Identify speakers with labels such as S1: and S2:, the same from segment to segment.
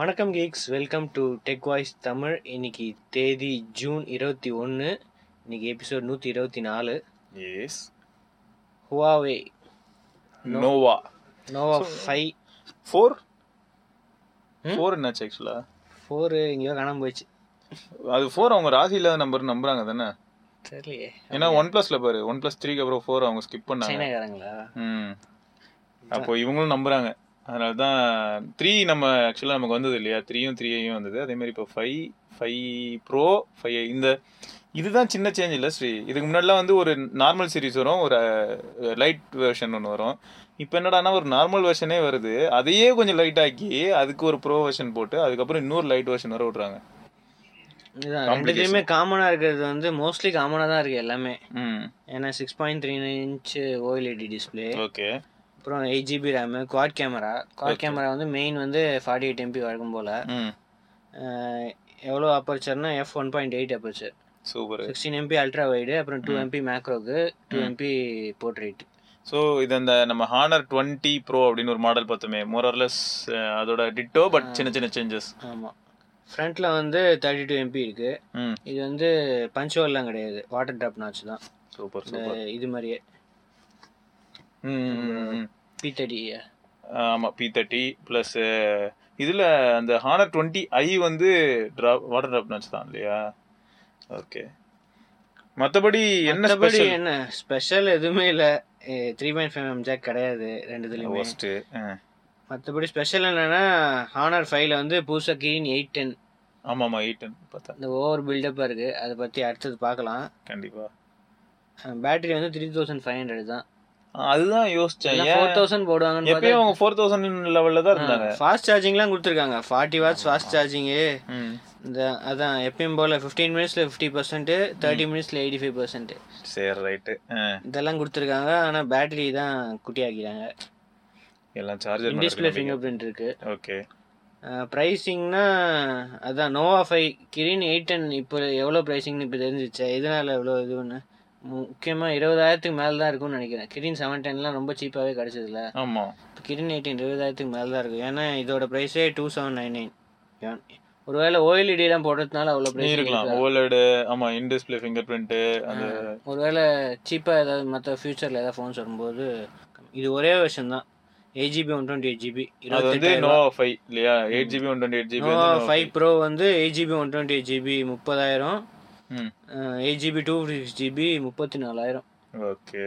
S1: வணக்கம் geeks welcome to tech voice Tamil இன்னைக்கு தேதி ஜூன் இருபத்தி ஒன்று இன்னைக்கு எபிசோட் நூற்றி இருபத்தி நாலு
S2: yes
S1: Huawei No.
S2: Nova
S1: Nova
S2: So-
S1: five
S2: four
S1: Hmm?
S2: Four என்னாச்சு ஆக்சுவலா
S1: ஃபோரு எங்கேயோ காணாம போயிடுச்சு
S2: அது ஃபோர் அவங்க ராசி இல்லாத நம்பர் நம்புறாங்க தானே
S1: தெரியலையே
S2: ஏன்னா ஒன் பிளஸ்ல பாரு ஒன் பிளஸ் த்ரீக்கு அப்புறம் ஃபோர் அவங்க ஸ்கிப் பண்ணாங்க
S1: சைனாக்காரங்களா
S2: ம் அப்போ இவங்களும் நம்புறாங்க அதனால தான் த்ரீ நம்ம ஆக்சுவலாக நமக்கு வந்தது இல்லையா த்ரீயும் த்ரீயையும் வந்தது அதே மாதிரி இப்போ ஃபைவ் ஃபைவ் ப்ரோ ஃபைவ் இந்த இதுதான் சின்ன சேஞ்ச் இல்லை ஸ்ரீ இதுக்கு முன்னாடிலாம் வந்து ஒரு நார்மல் சீரிஸ் வரும் ஒரு லைட் வெர்ஷன் ஒன்று வரும் இப்போ என்னடான்னா ஒரு நார்மல் வெர்ஷனே வருது அதையே கொஞ்சம் லைட் ஆக்கி அதுக்கு ஒரு ப்ரோ வெர்ஷன் போட்டு அதுக்கப்புறம் இன்னொரு லைட் வெர்ஷன் வர விட்றாங்க
S1: இதுதான் ரெண்டுத்தையுமே காமனாக இருக்கிறது வந்து மோஸ்ட்லி காமனாக தான் இருக்குது எல்லாமே
S2: ம்
S1: ஏன்னா six point three inch OLED display
S2: okay
S1: E அப்புறம் eight GB RAM quad camera quad camera வந்து மெயின் வந்து ஃபார்ட்டி எயிட் எம்பி வழக்கம் போல்
S2: ம்
S1: எவ்வளோ அப்பர்ச்சர்னா F one point eight aperture
S2: super
S1: sixteen MP ultra wide அப்புறம் டூ எம்பி மேக்ரோக்கு டூ எம்பி போர்ட்ரேட்
S2: ஸோ இது அந்த நம்ம ஹானர் டுவெண்ட்டி ப்ரோ அப்படின்னு ஒரு மாடல் பார்த்தோமே மோரர்லெஸ் அதோட டிட்டோ பட் சின்ன சின்ன சேஞ்சஸ்
S1: ஆமாம் ஃப்ரண்ட்டில் வந்து தேர்ட்டி டூ எம்பி இருக்குது
S2: ம்
S1: இது வந்து பஞ்சோல்லாம் கிடையாது வாட்டர் ட்ராப் நாச்சு தான்
S2: சூப்பர்
S1: இந்த
S2: சூப்பர்
S1: இது மாதிரியே
S2: ம்
S1: பி தேர்ட்டி
S2: ஆமாம் பி தேர்ட்டி ப்ளஸ் இதில் அந்த ஹானர் டுவெண்ட்டி ஐ வந்து ட்ராப் வாட்டர் ட்ராப் நச்சு தான் இல்லையா ஓகே மற்றபடி என்ன
S1: மற்றபடி
S2: ஸ்பெஷல்
S1: என்ன ஸ்பெஷல் எதுவுமே இல்லை three point five M jack கிடையாது ரெண்டுதுலையுமே
S2: ஒஸ்ட்டு
S1: மற்றபடி ஸ்பெஷல் என்னன்னா ஹானர் ஃபைவ்ல வந்து புதுசாக கிரீன் எயிட் டென்
S2: ஆமாம் ஆமாம் எயிட் பார்த்தேன்
S1: இந்த ஓவர் பில்டப்பாக இருக்குது அதை பற்றி அடுத்தது பார்க்கலாம்
S2: கண்டிப்பாக
S1: பேட்டரி வந்து த்ரீ தௌசண்ட் ஃபைவ் ஹண்ட்ரட் தான்
S2: அதுதான் யோசிச்சேன்
S1: ஃபோர்
S2: ஏன்
S1: தௌசண்ட் போடுவாங்கன்னு
S2: எப்பயும் அவங்க ஃபோர் தௌசண்ட் லெவலில் தான் இருந்தாங்க
S1: ஃபாஸ்ட் சார்ஜிங்லாம் கொடுத்துருக்காங்க ஃபார்ட்டி வாட்ஸ் ஃபாஸ்ட் சார்ஜிங்கு
S2: ம்
S1: இந்த அதான் எப்பயும் போல் ஃபிஃப்டீன் மினிட்ஸில் ஃபிஃப்டி பர்சன்ட்டு தேர்ட்டி மினிட்ஸில் எயிட்டி ஃபைவ் பர்சன்ட்
S2: சரி ரைட்டு
S1: இதெல்லாம் கொடுத்துருக்காங்க ஆனால் பேட்டரி தான் குட்டியாக்கிறாங்க
S2: எல்லாம் சார்ஜர்
S1: டிஸ்பிளே ஃபிங்கர் பிரிண்ட் இருக்குது
S2: ஓகே
S1: ப்ரைஸிங்னா அதான் Nova five Kirin eight ten இப்போ எவ்வளோ ப்ரைஸிங்னு இப்போ தெரிஞ்சிச்சு இதனால் எவ்வளோ இதுன்னு முக்கியமாக இருபதாயிரத்துக்கு மேலே தான் இருக்கும்னு நினைக்கிறேன் கிரீன் செவன் டென்லாம் ரொம்ப சீப்பாகவே கிடச்சதுல
S2: ஆமாம்
S1: இப்போ கிரீன் எயிட்டின் இருபதாயிரத்துக்கு மேலே தான் இருக்கும் ஏன்னா இதோட ப்ரைஸே டூ செவன் நைன் நைன் ஒருவேளை ஓஎல்இடிலாம் போடுறதுனால அவ்வளோ
S2: நீ இருக்கலாம்
S1: ப்ரைஸ்
S2: ஓலடு ஆமாம் இன் டிஸ்பிளே ஃபிங்கர் பிரிண்ட்டு அந்த
S1: ஒருவேளை சீப்பாக ஏதாவது மற்ற ஃபியூச்சரில் ஏதாவது ஃபோன்ஸ் வரும்போது இது ஒரே வருஷம் தான் eight GB one twenty eight GB
S2: அது வந்து நோ ஃபைவ் இல்லையா eight GB one twenty eight GB
S1: Nova five pro வந்து eight GB one twenty eight GB முப்பதாயிரம்
S2: ம்
S1: eight GB two fifty six GB முப்பத்தி நாலாயிரம்
S2: ஓகே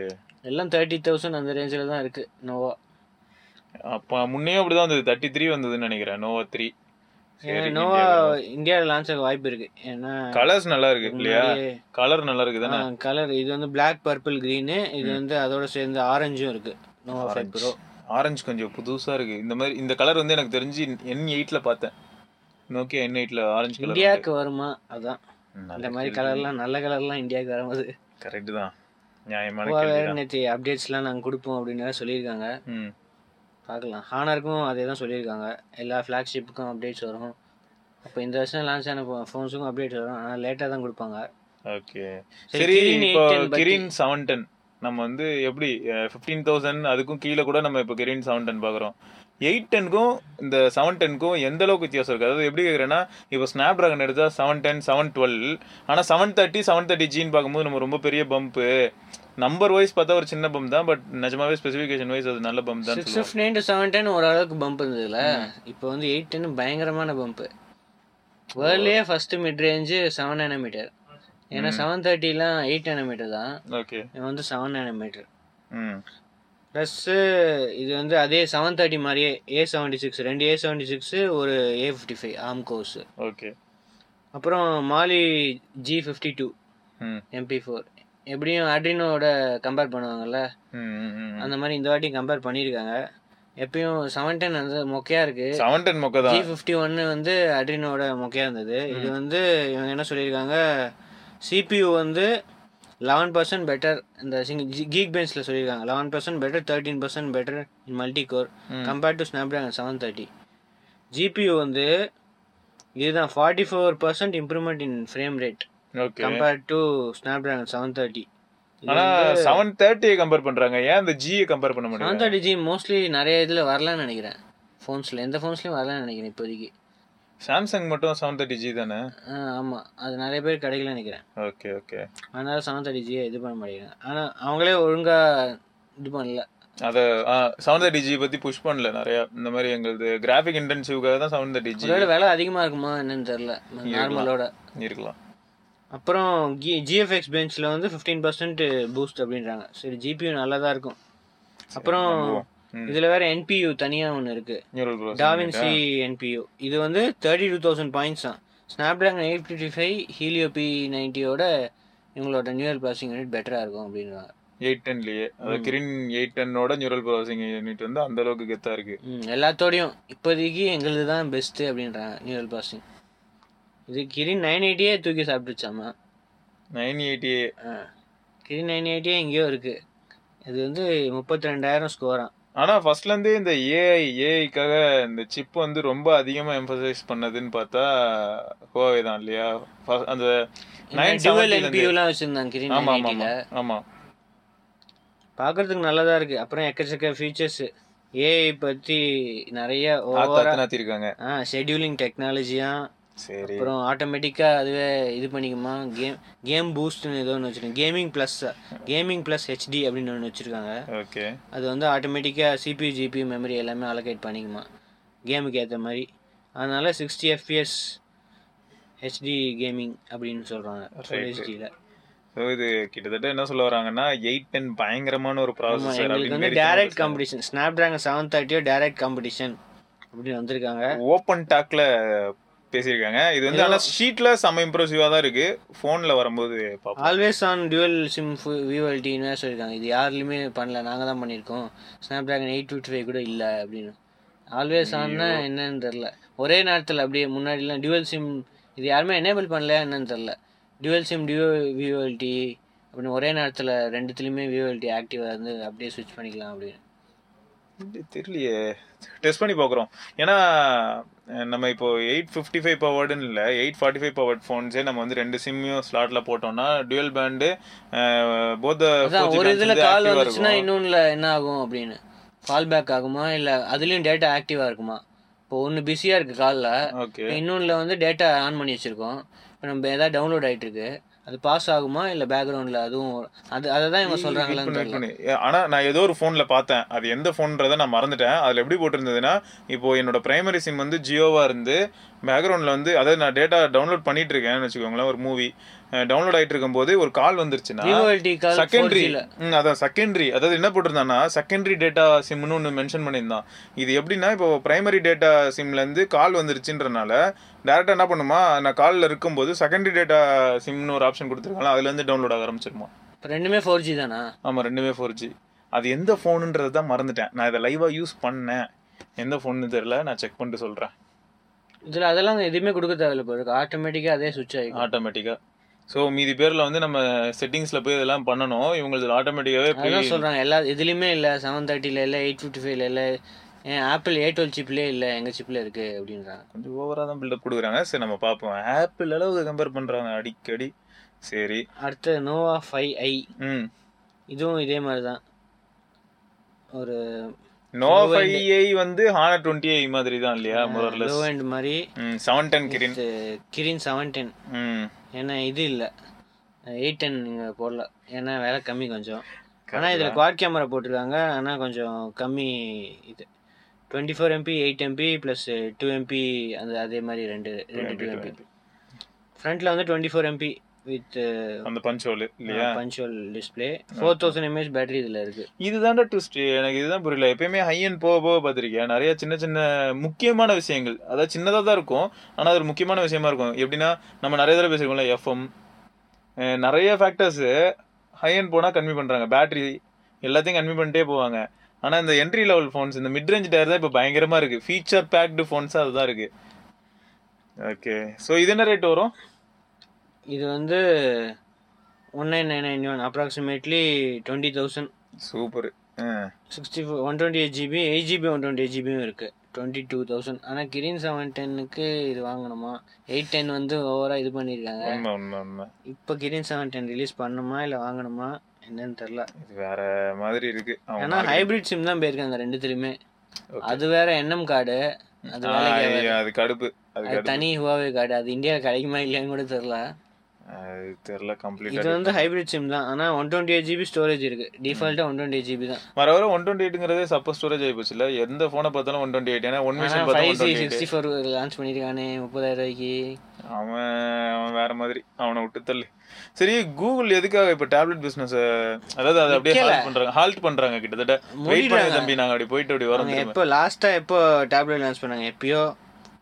S1: எல்லாம் தேர்ட்டி தௌசண்ட் அந்த ரேஞ்சில் தான் இருக்குது நோவா
S2: அப்போ முன்னையும் அப்படி தான் வந்தது தேர்ட்டி த்ரீ வந்ததுன்னு நினைக்கிறேன் நோவா த்ரீ
S1: ஏன்னா நோவா இந்தியாவில் லான்ச் ஆக வாய்ப்பு இருக்குது ஏன்னா
S2: கலர்ஸ் நல்லா இருக்கு இல்லையா
S1: முன்னாடியே-
S2: கலர் நல்லா இருக்கு தானே
S1: கலர் இது வந்து Black பர்பிள் க்ரீனு இது வந்து அதோட சேர்ந்து ஆரஞ்சும் இருக்குது நோவா ஃபைவ் ப்ரோ
S2: ஆரஞ்சு கொஞ்சம் புதுசா இருக்கு இந்த மாதிரி இந்த கலர் வந்து எனக்கு தெரிஞ்சு என் எயிட்ல பார்த்தேன் நோக்கியா என் எயிட்ல ஆரஞ்சு கலர்
S1: இந்தியாவுக்கு வருமா அதான் இந்த மாதிரி கலர்லாம் நல்ல கலர்லாம் இந்தியாவுக்கு வரும்போது
S2: கரெக்ட் தான் நியாயமான கேள்வி
S1: நோவாவே
S2: தான்.
S1: நேற்று அப்டேட்ஸ்லாம் நாங்கள் கொடுப்போம் அப்படின்னு எல்லாம் சொல்லியிருக்காங்க
S2: ம்
S1: பார்க்கலாம் ஹானருக்கும் அதே தான் சொல்லியிருக்காங்க எல்லா ஃப்ளாக்ஷிப்புக்கும் அப்டேட்ஸ் வரும் அப்போ இந்த வருஷம் லான்ச் ஆன ஃபோன்ஸுக்கும் அப்டேட் வரும் ஆனால் லேட்டாக தான் கொடுப்பாங்க
S2: ஓகே
S1: சரி,
S2: சரி
S1: கிரீன்
S2: இப்போ
S1: 810 பத்தி.
S2: கிரீன் செவன் டென் நம்ம வந்து எப்படி ஃபிஃப்டீன் தௌசண்ட் அதுக்கும் கீழே கூட நம்ம இப்போ கிரீன் செவன் டென் பார்க்குறோம் எயிட் டென்க்கும் இந்த செவன் டென்க்கும் எந்த அளவுக்கு வித்தியாசம் இருக்குது அதாவது எப்படி கேட்குறேன்னா இப்போ ஸ்னாப் ட்ராகன் எடுத்தால் செவன் டென் செவன் டுவெல் ஆனால் செவன் தேர்ட்டி செவன் தேர்ட்டி ஜின்னு பார்க்கும்போது நம்ம ரொம்ப பெரிய பம்ப்பு நம்பர் வைஸ் பார்த்தா ஒரு சின்ன பம்ப் தான் பட் நிஜமாவே ஸ்பெசிஃபிகேஷன் வைஸ் அது நல்ல பம்ப் தான்
S1: six fifty nine to seven ten ஓரளவுக்கு பம்ப் இருந்ததுல இப்போ வந்து எயிட் டென் பயங்கரமான பம்ப் வேர்ல்ட்லேயே first mid range seven nanometer ஏன்னா செவன் தேர்ட்டிலாம் எயிட் நேனோமீட்டர் தான்
S2: ஓகே
S1: இது வந்து செவன் நேனோமீட்டர்
S2: ம்
S1: ப்ளஸ்ஸு இது வந்து அதே செவன் தேர்ட்டி மாதிரியே ஏ செவன்ட்டி சிக்ஸ் ரெண்டு ஏ செவன்ட்டி சிக்ஸு ஒரு ஏ ஃபிஃப்டி ஃபைவ் ஆம் கோர்ஸு
S2: ஓகே
S1: அப்புறம் மாலி ஜி ஃபிஃப்டி டூ
S2: ம்
S1: எம்பி ஃபோர் எப்படியும் அட்ரினோட கம்பேர் பண்ணுவாங்கல்ல
S2: ம்
S1: அந்த மாதிரி இந்த வாட்டி கம்பேர் பண்ணியிருக்காங்க எப்பயும் செவன் டென் வந்து மொக்கையாக இருக்குது
S2: செவன் டென் மொக்க
S1: ஜி
S2: தான்
S1: ஃபிஃப்டி ஒன்று வந்து அட்ரினோட மொக்கையாக இருந்தது இது வந்து இவங்க என்ன சொல்லியிருக்காங்க சிபியு வந்து லெவன் பர்சன்ட் பெட்டர் இந்த சிங் கீக் பெஞ்சில் சொல்லியிருக்காங்க eleven percent better thirteen percent better in multi core compared to Snapdragon seven thirty GPU வந்து இதுதான் forty four percent improvement in frame rate
S2: okay
S1: compared to Snapdragon seven thirty
S2: ஆனா seven தேர்ட்டியை compare பண்றாங்க ஏன் அந்த ஜியை கம்பேர் பண்ண மாட்டாங்க
S1: செவன் தேர்ட்டி ஜி மோஸ்ட்லி நிறைய இதில் வரலான்னு நினைக்கிறேன் ஃபோன்ஸில் எந்த ஃபோன்ஸ்லையும் வரலான்னு நினைக்கிறேன் இப்போதைக்கு
S2: சாம்சங் மட்டும் செவன் தேர்ட்டி ஜி தானே
S1: ஆமாம் அது நிறைய பேர் கிடைக்கல நினைக்கிறேன்
S2: ஓகே ஓகே
S1: அதனால சனம் தடிஜியை இது பண்ண மாட்டேங்கிறேன் ஆனால் அவங்களே ஒழுங்காக இது பண்ணல
S2: அதை செவன் தேர்ட்டி ஜி பற்றி புஷ் பண்ணல நிறையா இந்த மாதிரி எங்களுது கிராஃபிக் இன்டென்சிவ்க்காக தான் செவன் தேர்ட்டி ஜி
S1: ஒருவேளை விலை அதிகமாக இருக்குமா என்னன்னு தெரில நார்மலோட
S2: இருக்கலாம்
S1: அப்புறம் ஜி ஜிஎஃப்எக்ஸ் பெஞ்சில் வந்து ஃபிஃப்டீன் பர்சன்ட் பூஸ்ட் அப்படின்றாங்க சரி ஜிபியூ நல்லா தான் இருக்கும் அப்புறம்
S2: நம்புவோம். ம்.
S1: இதில் வேற NPU தனியாக ஒன்று இருக்குது
S2: நியூரல் க்ரோத்
S1: டாவின்சி என்பியூ இது வந்து தேர்ட்டி டூ தௌசண்ட் பாயிண்ட்ஸ் தான் Snapdragon eight fifty five Helio P நைன்ட்டியோட இவங்களோட நியூரல் ப்ராசிங் யூனிட் பெட்டராக இருக்கும் அப்படின்றாங்க
S2: எயிட் டென்லயே அது கிரின் எயிட் டென்னோட நியூரல் ப்ராசஸிங் யூனிட் வந்து அந்த அளவுக்கு கெத்தா இருக்கு
S1: ம், எல்லாத்தோடையும் இப்போதைக்கு எங்களுது தான் பெஸ்ட்டு அப்படின்றாங்க நியூரல் ப்ராசிங் இது கிரின் நைன் எயிட்டியே தூக்கி சாப்பிட்டுச்சாமா
S2: நைன் எயிட்டி
S1: கிரின் நைன் எயிட்டியே எங்கேயோ இருக்குது இது வந்து முப்பத்தி ரெண்டாயிரம் ஸ்கோராம்
S2: ஆனா ஃபர்ஸ்ட்ல இருந்தே இந்த ஏஐ ஏஐக்காக இந்த சிப் வந்து ரொம்ப அதிகமா எம்பசைஸ் பண்ணதுன்னு பார்த்தா ஹோவே தான் இல்லையா First- அந்த நைன்
S1: டியூவல் என்பியூலாம் வச்சுருந்தாங்க கிரின்
S2: ஆமா
S1: நைன்
S2: ஆமா ஆமா
S1: எயிட்டியில்
S2: ஆமா
S1: பார்க்கறதுக்கு நல்லதா இருக்கு அப்புறம் எக்கச்சக்க ஃபீச்சர்ஸ் ஏஐ பத்தி நிறைய ஓவரா
S2: ஆத்தா இருக்காங்க
S1: ஆ ஷெட்யூலிங் டெக்னாலஜியா
S2: சரி
S1: அப்புறம் ஆட்டோமேட்டிக்கா அதுவே இது பண்ணிக்குமா கேம் கேம் பூஸ்ட்னு ஏதோ ஒன்று வச்சிருக்காங்க gaming plus gaming plus HD அப்படின்னு ஒன்று வச்சிருக்காங்க
S2: ஓகே
S1: அது வந்து ஆட்டோமேட்டிக்காக சிபியூ ஜிபியூ மெமரி எல்லாமே அலோகேட் பண்ணிக்குமா கேமுக்கு ஏற்ற மாதிரி அதனால சிக்ஸ்டி எஃப்பிஎஸ் ஹெச்டி கேமிங் அப்படின்னு சொல்கிறாங்க
S2: Right.
S1: ஹெச்டியில்
S2: So இது கிட்டத்தட்ட என்ன சொல்ல வராங்கன்னா எயிட் டென் பயங்கரமான ஒரு ப்ராசஸர்
S1: எங்களுக்கு வந்து direct competition Snapdragon seven தேர்ட்டியோ டைரக்ட் காம்படிஷன் அப்படின்னு வந்திருக்காங்க
S2: ஓப்பன் டாக்ல பேசியிருக்காங்க இது வந்து ஆனா ஷீட்ல செம இம்ப்ரெசிவா தான் இருக்கு போன்ல வரும்போது பாப்போம்
S1: ஆல்வேஸ் ஆன் டியூவல் சிம் விவல்டின்னு சொல்லியிருக்காங்க இது யாருலையுமே பண்ணல நாங்கள் தான் பண்ணியிருக்கோம் Snapdragon eight fifty five கூட இல்லை அப்படின்னு ஆல்வேஸ் ஆன்னா என்னன்னு தெரில ஒரே நேரத்தில் அப்படியே முன்னாடிலாம் டியூவல் சிம் இது யாருமே எனேபிள் பண்ணல என்னன்னு தெரில டியூவல் சிம் டியூ விவல்டி அப்படின்னு ஒரே நேரத்தில் ரெண்டுத்துலேயுமே விவல்டி ஆக்டிவாக இருந்து அப்படியே ஸ்விட்ச் பண்ணிக்கலாம் அப்படின்னு
S2: தெரியலையே டெஸ்ட் பண்ணி பார்க்குறோம் ஏன்னா அஹ், நம்ம இப்போ எயிட் ஃபிஃப்டி ஃபைவ் பவர்டுன்னு இல்லை எயிட் ஃபார்ட்டி ஃபைவ் பவர்ட் ஃபோன்ஸே நம்ம வந்து ரெண்டு சிம்மியும் ஸ்லாட்ல போட்டோம்னா டுவல் பேண்டு போத்
S1: அதான் ஒரு இதில் கால் வந்துச்சுன்னா இன்னொன்றுல என்ன ஆகும் அப்படின்னு கால் பேக் ஆகுமா இல்லை அதுலேயும் டேட்டா ஆக்டிவாக இருக்குமா இப்போ ஒன்று பிஸியாக இருக்குது காலில்
S2: ஓகே
S1: இன்னொன்றில் வந்து டேட்டா ஆன் பண்ணி வச்சுருக்கோம் இப்போ நம்ம எதாவது டவுன்லோட் ஆயிட்டு இருக்கு அது பாஸ் ஆகுமா இல்லை பேக்ரவுண்டில் அதுவும் அது அதை தான் இவங்க சொல்கிறாங்களான்னு தெரியல
S2: ஆனா நான் ஏதோ ஒரு போன்ல பார்த்தேன் அது எந்த போன்றதை நான் மறந்துட்டேன் அதுல எப்படி போட்டிருந்ததுன்னா இப்போ என்னோட பிரைமரி சிம் வந்து ஜியோவா இருந்து பேக்ரவுண்ட்ல வந்து அதாவது நான் டேட்டா டவுன்லோட் பண்ணிட்டு இருக்கேன்னு வச்சுக்கோங்களேன் ஒரு மூவி டவுன்லோட் ஆயிட்டு இருக்கும்போது ஒரு கால் வந்துருச்சுன்னா
S1: விவோஎல்டி கால்
S2: செகண்டரி
S1: செகண்ட்ரியில்
S2: ம் அதான் செகண்டரி அதாவது என்ன போட்டிருந்தான்னா செகண்டரி டேட்டா சிம்னு ஒன்று மென்ஷன் பண்ணியிருந்தான் இது எப்படின்னா இப்போ பிரைமரி டேட்டா சிம்லேருந்து கால் வந்துருச்சுன்றனால டேரெக்டாக என்ன பண்ணுமா நான் காலில் இருக்கும்போது செகண்டரி டேட்டா சிம்னு ஒரு ஆப்ஷன் கொடுத்துருக்காங்களா அதுலேருந்து டவுன்லோட் ஆக ஆரம்பிச்சிருமா
S1: இப்போ ரெண்டுமே ஃபோர் ஜி தானா
S2: ஆமாம் ரெண்டுமே ஃபோர் ஜி அது எந்த ஃபோனுன்றது தான் மறந்துட்டேன் நான் இதை லைவாக யூஸ் பண்ணேன் எந்த ஃபோன்னு தெரியல நான் செக் பண்ணிட்டு சொல்கிறேன்
S1: இதில் அதெல்லாம் எதுவுமே கொடுக்க தேவையில்ல போல இருக்கு ஆட்டோமேட்டிக்காக அதே சுவிட்ச் ஆகிக்கும்
S2: ஆட்டோமேட்டிக்காக ஸோ மீதி பேரில் வந்து நம்ம செட்டிங்ஸில் போய் இதெல்லாம் பண்ணணும் இவங்களுக்கு ஆட்டோமேட்டிக்காகவே போய்
S1: அதெல்லாம் சொல்கிறாங்க எல்லா இதுலேயுமே இல்லை செவன் தேர்ட்டியில் இல்லை எயிட் ஃபிஃப்டி ஃபைவ்ல இல்லை ஏன் ஆப்பிள் ஏ டுவெல் சிப்லேயே இல்லை எங்கள் சிப்பில் இருக்குது அப்படின்றாங்க
S2: கொஞ்சம் ஓவராக தான் பில்டப் கொடுக்குறாங்க சரி நம்ம பார்ப்போம் ஆப்பிள் அளவுக்கு கம்பேர் பண்ணுறாங்க அடிக்கடி சரி
S1: அடுத்து நோவா ஃபைவ் ஐ
S2: ம்
S1: இதுவும் இதே மாதிரி தான் ஒரு
S2: நோ ஃபைவ் ஐ வந்து ஹானா டுவெண்ட்டி ஐ மாதிரி தான் இல்லையா
S1: லோ
S2: முரர்லெஸ்
S1: அண்ட் மாதிரி
S2: ம் செவன் டென் கிரின்
S1: இது கிரின் செவன் டென்
S2: ம்
S1: ஏன்னா இது இல்லை எயிட் டென் நீங்கள் போடல ஏன்னா வேலை கம்மி கொஞ்சம் ஆனால் இதில் குவாட் கேமரா போட்டிருக்காங்க ஆனால் கொஞ்சம் கம்மி இது twenty four MP eight MP plus two MP அந்த அதே மாதிரி ரெண்டு ரெண்டு டூ எம்பி ஃப்ரண்ட்டில் வந்து டுவெண்ட்டி ஃபோர் எம்பி வித்
S2: அந்த பஞ்ச் ஹோல் இல்லையா
S1: பஞ்சுவல் display four thousand mAh battery இதில் இருக்குது
S2: இதுதான்டா ட்விஸ்ட் எனக்கு இதுதான் புரியல எப்பயுமே ஹை அண்ட் போக போக பார்த்துருக்கேன் நிறைய சின்ன சின்ன முக்கியமான விஷயங்கள் அதாவது சின்னதாக தான் இருக்கும் ஆனால் அது ஒரு முக்கியமான விஷயமா இருக்கும் எப்படின்னா நம்ம நிறைய தடவை பேசியிருக்கோம்ல எஃப்எம் நிறைய ஃபேக்டர்ஸு ஹை அண்ட் போனால் கம்மி பண்ணுறாங்க பேட்டரி எல்லாத்தையும் கம்மி பண்ணிட்டே போவாங்க ஆனால் இந்த என்ட்ரி லெவல் ஃபோன்ஸ் இந்த மிட் ரேஞ்ச் டயர் தான் இப்போ பயங்கரமாக இருக்குது ஃபீச்சர் பேக்டு ஃபோன்ஸாக அதுதான் இருக்குது ஓகே ஸோ இது என்ன ரேட் வரும்
S1: இது வந்து one nine nine nine one approximately twenty thousand
S2: super
S1: sixty four one twenty eight GB eight GB one twenty eight ஜிபியும் இருக்குது டுவெண்ட்டி டூ தௌசண்ட் ஆனால் கிரீன் செவன் டென்னுக்கு இது வாங்கணுமா எயிட் டென் வந்து ஓவராக இது பண்ணியிருக்காங்க
S2: உண்மை உண்மை உண்மை
S1: இப்போ கிரீன் செவன் டென் ரிலீஸ் பண்ணணுமா இல்லை வாங்கணுமா என்னன்னு தெரில
S2: இது வேற மாதிரி இருக்குது
S1: ஏன்னா
S2: அவங்க
S1: ஹைபிரிட் சிம் தான் போயிருக்காங்க ரெண்டுத்துலையுமே
S2: Okay.
S1: அது வேற என்எம் கார்டு அது
S2: ஆ,
S1: வேலைக்கு
S2: ஐயா, அது கடுப்பு அதுக்கு
S1: அது தனி ஹுவாவே கார்டு அது இந்தியாவில் கிடைக்குமா இல்லையான்னு கூட தெரில
S2: அது தெரியல
S1: இது
S2: கம்ப்ளீட்டாக
S1: வந்து ஹைபிரிட் சிம் தான் ஆனால் one twenty eight GB storage இருக்கு டிஃபால்ட்டாக ஒன் டுவெண்ட்டி ஜிபி தான்
S2: வர வர ஒன் டுவெண்ட்டி எயிட்டுங்கிறதே சப்போஸ் ஸ்டோரேஜ் ஆகிப்போச்சு இல்லை எந்த ஃபோனை பார்த்தாலும் ஒன் டுவெண்ட்டி எயிட் ஏன்னா ஒன் மிஷின்
S1: ஆனால் ஃபைவ் சி
S2: பார்த்தா
S1: சிக்ஸ்டி ஃபோர் லான்ச் பண்ணியிருக்கானே முப்பதாயிரம் ரூபாய்க்கு
S2: அவன் அவன் வேற மாதிரி அவனை விட்டு தள்ளு சரி கூகுள் எதுக்காக இப்போ டேப்லெட் பிசினஸ் அதாவது அதை அப்படியே ஹால்ட் பண்றாங்க ஹால்ட் பண்றாங்க கிட்டத்தட்ட வெயிட் பண்ணி தம்பி நாங்க அப்படி போயிட்டு அப்படி வரோம்
S1: அவங்க
S2: திரும்ப.
S1: எப்போ லாஸ்ட்டாக எப்போ டேப்லெட் லான்ச் பண்ணாங்க எப்பயோ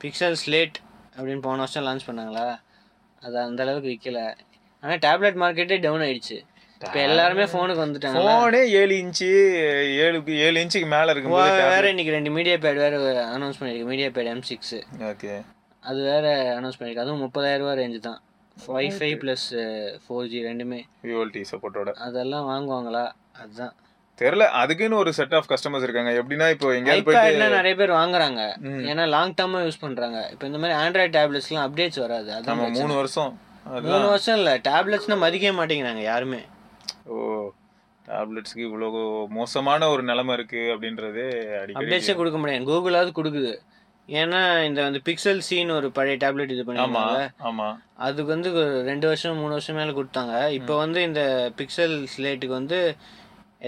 S1: பிக்சல் ஸ்லேட் அப்படின்னு போன வருஷம் லான்ச் பண்ணாங்களா அது அந்த அளவுக்கு விற்கல ஆனால் டேப்லெட் மார்க்கெட்டே டவுன் ஆயிடுச்சு இப்போ எல்லாருமே ஃபோனுக்கு வந்துட்டாங்க
S2: போனே ஏழு இன்ச்சு ஏழுக்கு ஏழு இன்ச்சுக்கு மேல இருக்கும்போது
S1: வேற இன்னைக்கு ரெண்டு மீடியா பேட் வேற அனௌன்ஸ் பண்ணியிருக்கு MediaPad M six
S2: okay
S1: அது வேற அனௌன்ஸ் பண்ணியிருக்கு அதுவும் முப்பதாயிரம் ரூபா ரேஞ்சு தான் வைஃபை ப்ளஸ் ஃபோர் ஜி ரெண்டுமே
S2: விவோல்டி சப்போர்ட்டோட
S1: அதெல்லாம் வாங்குவாங்களா அதுதான்
S2: தெரியல அதுக்குன்னு ஒரு செட் ஆஃப் கஸ்டமர்ஸ் இருக்காங்க எப்படின்னா இப்போ எங்கேயாவது போயிட்டு
S1: ஐபேட்லாம் நிறைய பேர் வாங்குறாங்க
S2: ம்.
S1: ஏன்னா லாங் டேர்மாக யூஸ் பண்றாங்க இப்போ இந்த மாதிரி ஆண்ட்ராய்ட் டேப்லெட்ஸ்லாம் அப்டேட்ஸ் வராது அதான்
S2: நம்ம மூணு வருஷம் அதுதான்
S1: மூணு வருஷம் இல்லை டேப்லெட்ஸ்னா மதிக்க மாட்டேங்கிறாங்க யாருமே
S2: ஓ டேப்லெட்ஸ்க்கு இவ்வளோ மோசமான ஒரு நிலைமை இருக்கு அப்படின்றதே அடிக்கடி
S1: அப்டேட்ஸே கொடுக்க முடியாது கூகுளாவது கொடுக்குது ஏன்னா இந்த வந்து பிக்சல் சின்னு ஒரு பழைய டேப்லெட் இது
S2: ஆமா
S1: பண்ணிருந்தாங்க
S2: ஆமா
S1: அதுக்கு வந்து ஒரு ரெண்டு வருஷம் மூணு வருஷம் மேலே கொடுத்தாங்க இப்போ வந்து இந்த பிக்சல் ஸ்லேட்டுக்கு வந்து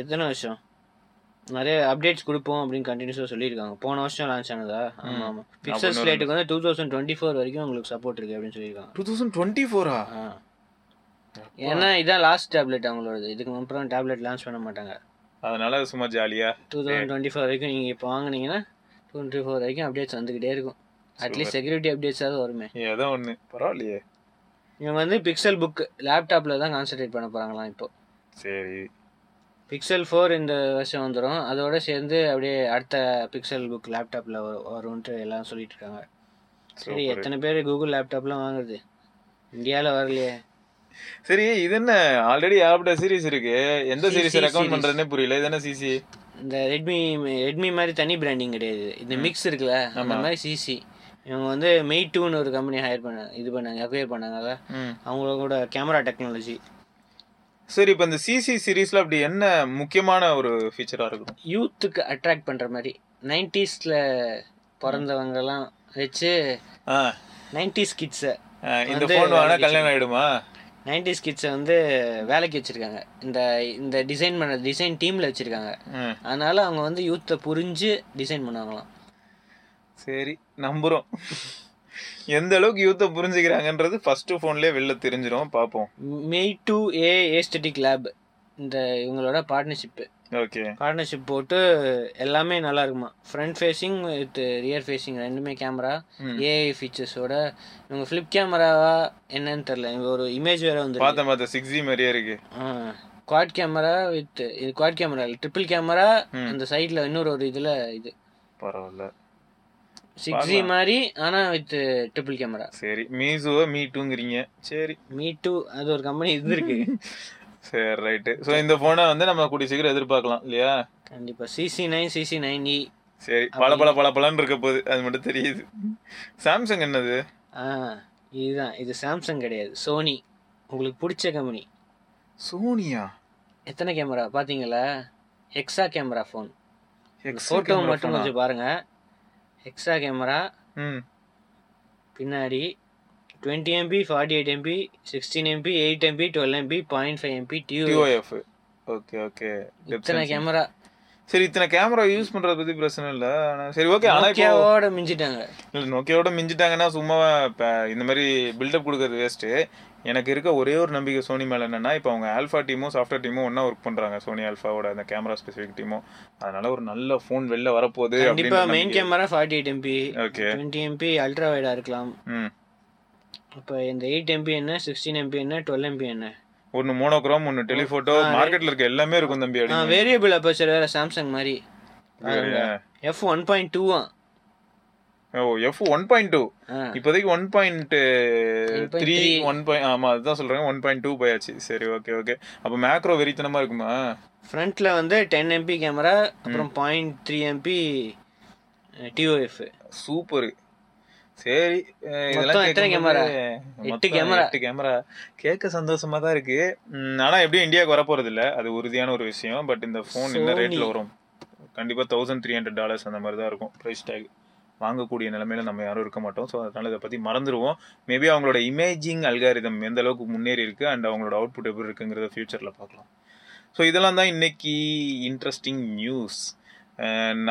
S1: எத்தனை வருஷம் நிறைய அப்டேட்ஸ் கொடுப்போம் அப்படின்னு கண்டினியூஸாக சொல்லியிருக்காங்க போன வருஷம் லான்ச் ஆனதா ஆமாம் ஆமாம் பிக்சல் ஸ்லேட்டுக்கு வந்து டூ தௌசண்ட் டுவெண்ட்டி ஃபோர் வரைக்கும் உங்களுக்கு சப்போர்ட் இருக்கு அப்படின்னு சொல்லியிருக்காங்க
S2: டூ தௌசண்ட் டுவெண்ட்டி ஃபோரா
S1: ஆ. ஏன்னா இதான் லாஸ்ட் டேப்லெட் அவங்களோடது இதுக்கு அப்புறம் டேப்லெட் லான்ச் பண்ண மாட்டாங்க
S2: அதனால சும்மா ஜாலியா
S1: டூ தௌசண்ட் டுவெண்ட்டி ஃபோர் வரைக்கும் நீங்கள் இப்போ வாங்குனீங்கன்னா டுவெண்ட்டி ஃபோர் வரைக்கும் அப்டேட்ஸ் வந்துக்கிட்டே இருக்கும் அட்லீஸ்ட் செக்யூரிட்டி அப்டேட்ஸாவது வருமே
S2: ஏதோ ஒண்ணு பரவாயில்லையே
S1: இவங்க வந்து பிக்சல் புக் லேப்டாப்பில் தான் கான்சென்ட்ரேட் பண்ண போகிறாங்களாம் இப்போ
S2: சரி
S1: பிக்சல் ஃபோர் இந்த வருஷம் வந்துடும் அதோட சேர்ந்து அப்படியே அடுத்த பிக்சல் புக் லேப்டாப்பில் வரும்ன்ட்டு எல்லாம் சொல்லிட்டு இருக்காங்க சரி
S2: Super.
S1: எத்தனை பேர் கூகுள் லேப்டாப்லாம் வாங்குறது இந்தியாவில் வரலையே
S2: சரி இது என்ன ஆல்ரெடி ஆப்ட சீரிஸ் இருக்கு எந்த
S1: CC
S2: சீரிஸ் ரெக்கமெண்ட்
S1: series.
S2: பண்றதுனே புரியல இது என்ன சிசி
S1: இந்த ரெட்மி ரெட்மி மாதிரி தனி பிராண்டிங் கிடையாது இந்த மிக்ஸ் இருக்குல்ல அந்த மாதிரி சிசி இவங்க வந்து மெய் டூன்னு ஒரு கம்பெனி ஹையர் பண்ண இது பண்ணாங்க அக்வயர் பண்ணாங்கல்ல அவங்களோட கேமரா டெக்னாலஜி
S2: சரி இப்போ இந்த சிசி சீரிஸ்ல அப்படி என்ன முக்கியமான ஒரு ஃபீச்சரா இருக்கும்
S1: யூத்துக்கு அட்ராக்ட் பண்ணுற மாதிரி நைன்டிஸில் பிறந்தவங்கெல்லாம் வச்சு
S2: ஆ,
S1: நைன்டிஸ் கிட்ஸை
S2: ஆ, இந்த
S1: வந்து
S2: ஃபோன் வாங்கினா கல்யாணம் ஆயிடுமா
S1: நைன்டிஸ் கிட்ஸை வந்து வேலைக்கு வச்சுருக்காங்க இந்த இந்த டிசைன் பண்ண டிசைன் டீமில் வச்சுருக்காங்க
S2: ம்,
S1: அதனால அவங்க வந்து யூத்தை புரிஞ்சு டிசைன் பண்ணுவாங்களாம்
S2: சரி நம்புறோம் எந்த அளவுக்கு யூத்தை புரிஞ்சுக்கிறாங்கன்றது ஃபர்ஸ்ட் ஃபோன்லயே வெளில தெரிஞ்சிரும் பார்ப்போம்
S1: மெய் டு ஏ ஏஸ்தட்டிக் லேப் இந்த இவங்களோட பார்ட்னர்ஷிப்பு
S2: ஓகே
S1: பார்ட்னர்ஷிப் போட்டு எல்லாமே நல்லா இருக்குமா front facing with rear facing ரெண்டுமே கேமரா
S2: ம்.
S1: ஏஐ ஃபீச்சர்ஸோட இவங்க ஃப்ளிப் கேமராவா என்னன்னு தெரில இவங்க ஒரு இமேஜ் வேற வந்து
S2: பார்த்தேன் பார்த்தேன் சிக்ஸ் ஜி மாதிரியே இருக்கு
S1: குவாட் கேமரா வித் இது குவாட் கேமரா இல்லை ட்ரிபிள் கேமரா அந்த சைடில் இன்னொரு ஒரு இதில் இது
S2: பரவாயில்ல
S1: சிக்ஸ் ஜி மாதிரி ஆனா வித் ட்ரிபிள் கேமரா
S2: சரி மீசோ மீ டூங்கிறீங்க சரி
S1: மீ டூ அது ஒரு கம்பெனி இது இருக்கு
S2: சரி ரைட்டு ஸோ இந்த ஃபோனை வந்து நம்ம கூடிய சீக்கிரம் எதிர்பார்க்கலாம் இல்லையா
S1: கண்டிப்பா CC nine CC nine E
S2: சரி பல பல பல பலன்னு இருக்க போகுது அது மட்டும் தெரியுது சாம்சங் என்னது
S1: இதுதான் இது சாம்சங் கிடையாது சோனி உங்களுக்கு பிடிச்ச கம்பெனி
S2: சோனியா
S1: எத்தனை கேமரா பாத்தீங்களா hexa camera phone
S2: Extra
S1: photo
S2: camera
S1: மட்டும்
S2: phone-ஆ?
S1: கொஞ்சம் பாருங்க ஹெக்ஸா கேமரா
S2: ம்
S1: பின்னாடி twenty MP forty eight MP sixteen MP eight MP twelve MP point five MP டியூ
S2: டிஓஎஃப் ஓகே ஓகே
S1: இத்தனை கேமரா
S2: சரி இத்தனை கேமரா யூஸ் பண்றத பத்தி பிரச்சனை இல்ல ஆனா சரி ஓகே ஆனா இப்போ
S1: நோக்கியாவோட மிஞ்சிட்டாங்க
S2: இல்ல, நோக்கியாவோட மிஞ்சிட்டாங்கன்னா சும்மா இப்ப இந்த மாதிரி பில்டப் கொடுக்கறது வேஸ்ட் எனக்கு இருக்க ஒரே ஒரு நம்பிக்கை சோனி மேல என்னன்னா இப்போ அவங்க ஆல்ஃபா டீமும் சாஃப்ட்வேர் டீமும் ஒண்ணா ஒர்க் பண்றாங்க சோனி ஆல்ஃபாவோட அந்த கேமரா ஸ்பெசிஃபிக் டீமும் அதனால ஒரு நல்ல ஃபோன் வெளில வரப்போகுது
S1: கண்டிப்பா
S2: அப்படின்னு
S1: main camera forty eight MP
S2: okay
S1: twenty MP ultra வைடா இருக்கலாம்
S2: ம்
S1: இப்போ இந்த எயிட் எம்பி என்ன சிக்ஸ்டீன் எம்பி என்ன டுவெல் எம்பி என்ன
S2: ஒன்னு மோனோக்ரோம் ஒன்னு டெலிஃபோட்டோ மார்க்கெட்ல இருக்க எல்லாமே இருக்கும் தம்பி
S1: ஆ
S2: அப்படின்னு
S1: வேரியபிள் அப்பச்சர் வேற சாம்சங் மாதிரி எஃப் ஒன் பாயிண்ட் டூவா
S2: ஓ எஃப் ஒன் பாயிண்ட் டூ
S1: ஆ.
S2: இப்போதைக்கு one point three one point ஆமா அதுதான் சொல்றாங்க ஒன் பாயிண்ட் டூ போயாச்சு சரி ஓகே ஓகே அப்போ மேக்ரோ வெறித்தனமா இருக்குமா
S1: ஃப்ரண்ட்ல வந்து டென் எம்பி கேமரா அப்புறம் point three MP DOF
S2: super சரி அஹ், இதெல்லாம்
S1: எத்தனை
S2: கேட்கும்
S1: camera?
S2: போது
S1: எட்டு
S2: மொத்தம்
S1: camera.
S2: எட்டு கேமரா கேட்க சந்தோஷமா தான் இருக்கு உம், ஆனா எப்படியும் இந்தியாவுக்கு வர போறது இல்ல அது உறுதியான ஒரு விஷயம் பட் இந்த ஃபோன் என்ன
S1: Sony.
S2: ரேட்ல வரும் கண்டிப்பா தௌசண்ட் த்ரீ ஹண்ட்ரட் டாலர்ஸ் அந்த மாதிரி தான் இருக்கும் ப்ரைஸ் டேக் வாங்கக்கூடிய நிலைமையில நம்ம யாரும் இருக்க மாட்டோம் ஸோ அதனால இதை பற்றி மறந்துடுவோம் மேபி அவங்களோட இமேஜிங் அல்காரிதம் எந்த அளவுக்கு முன்னேறி இருக்கு அண்ட் அவங்களோட அவுட்புட் எப்படி இருக்குங்கிறத ஃபியூச்சரில் பார்க்கலாம் ஸோ இதெல்லாம் தான் இன்னைக்கு இன்ட்ரெஸ்டிங் நியூஸ்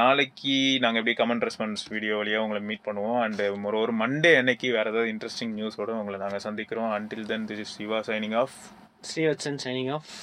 S2: நாளைக்கு நாங்கள் எப்படி கமெண்ட் ரெஸ்பான்ஸ் வீடியோ வழியாக உங்களை மீட் பண்ணுவோம் அண்டு ஒரு ஒரு மண்டே அன்னைக்கு வேறு ஏதாவது இன்ட்ரெஸ்டிங் நியூஸோட உங்களை நாங்கள் சந்திக்கிறோம் until then this Siva signing off
S1: Srivatsan signing of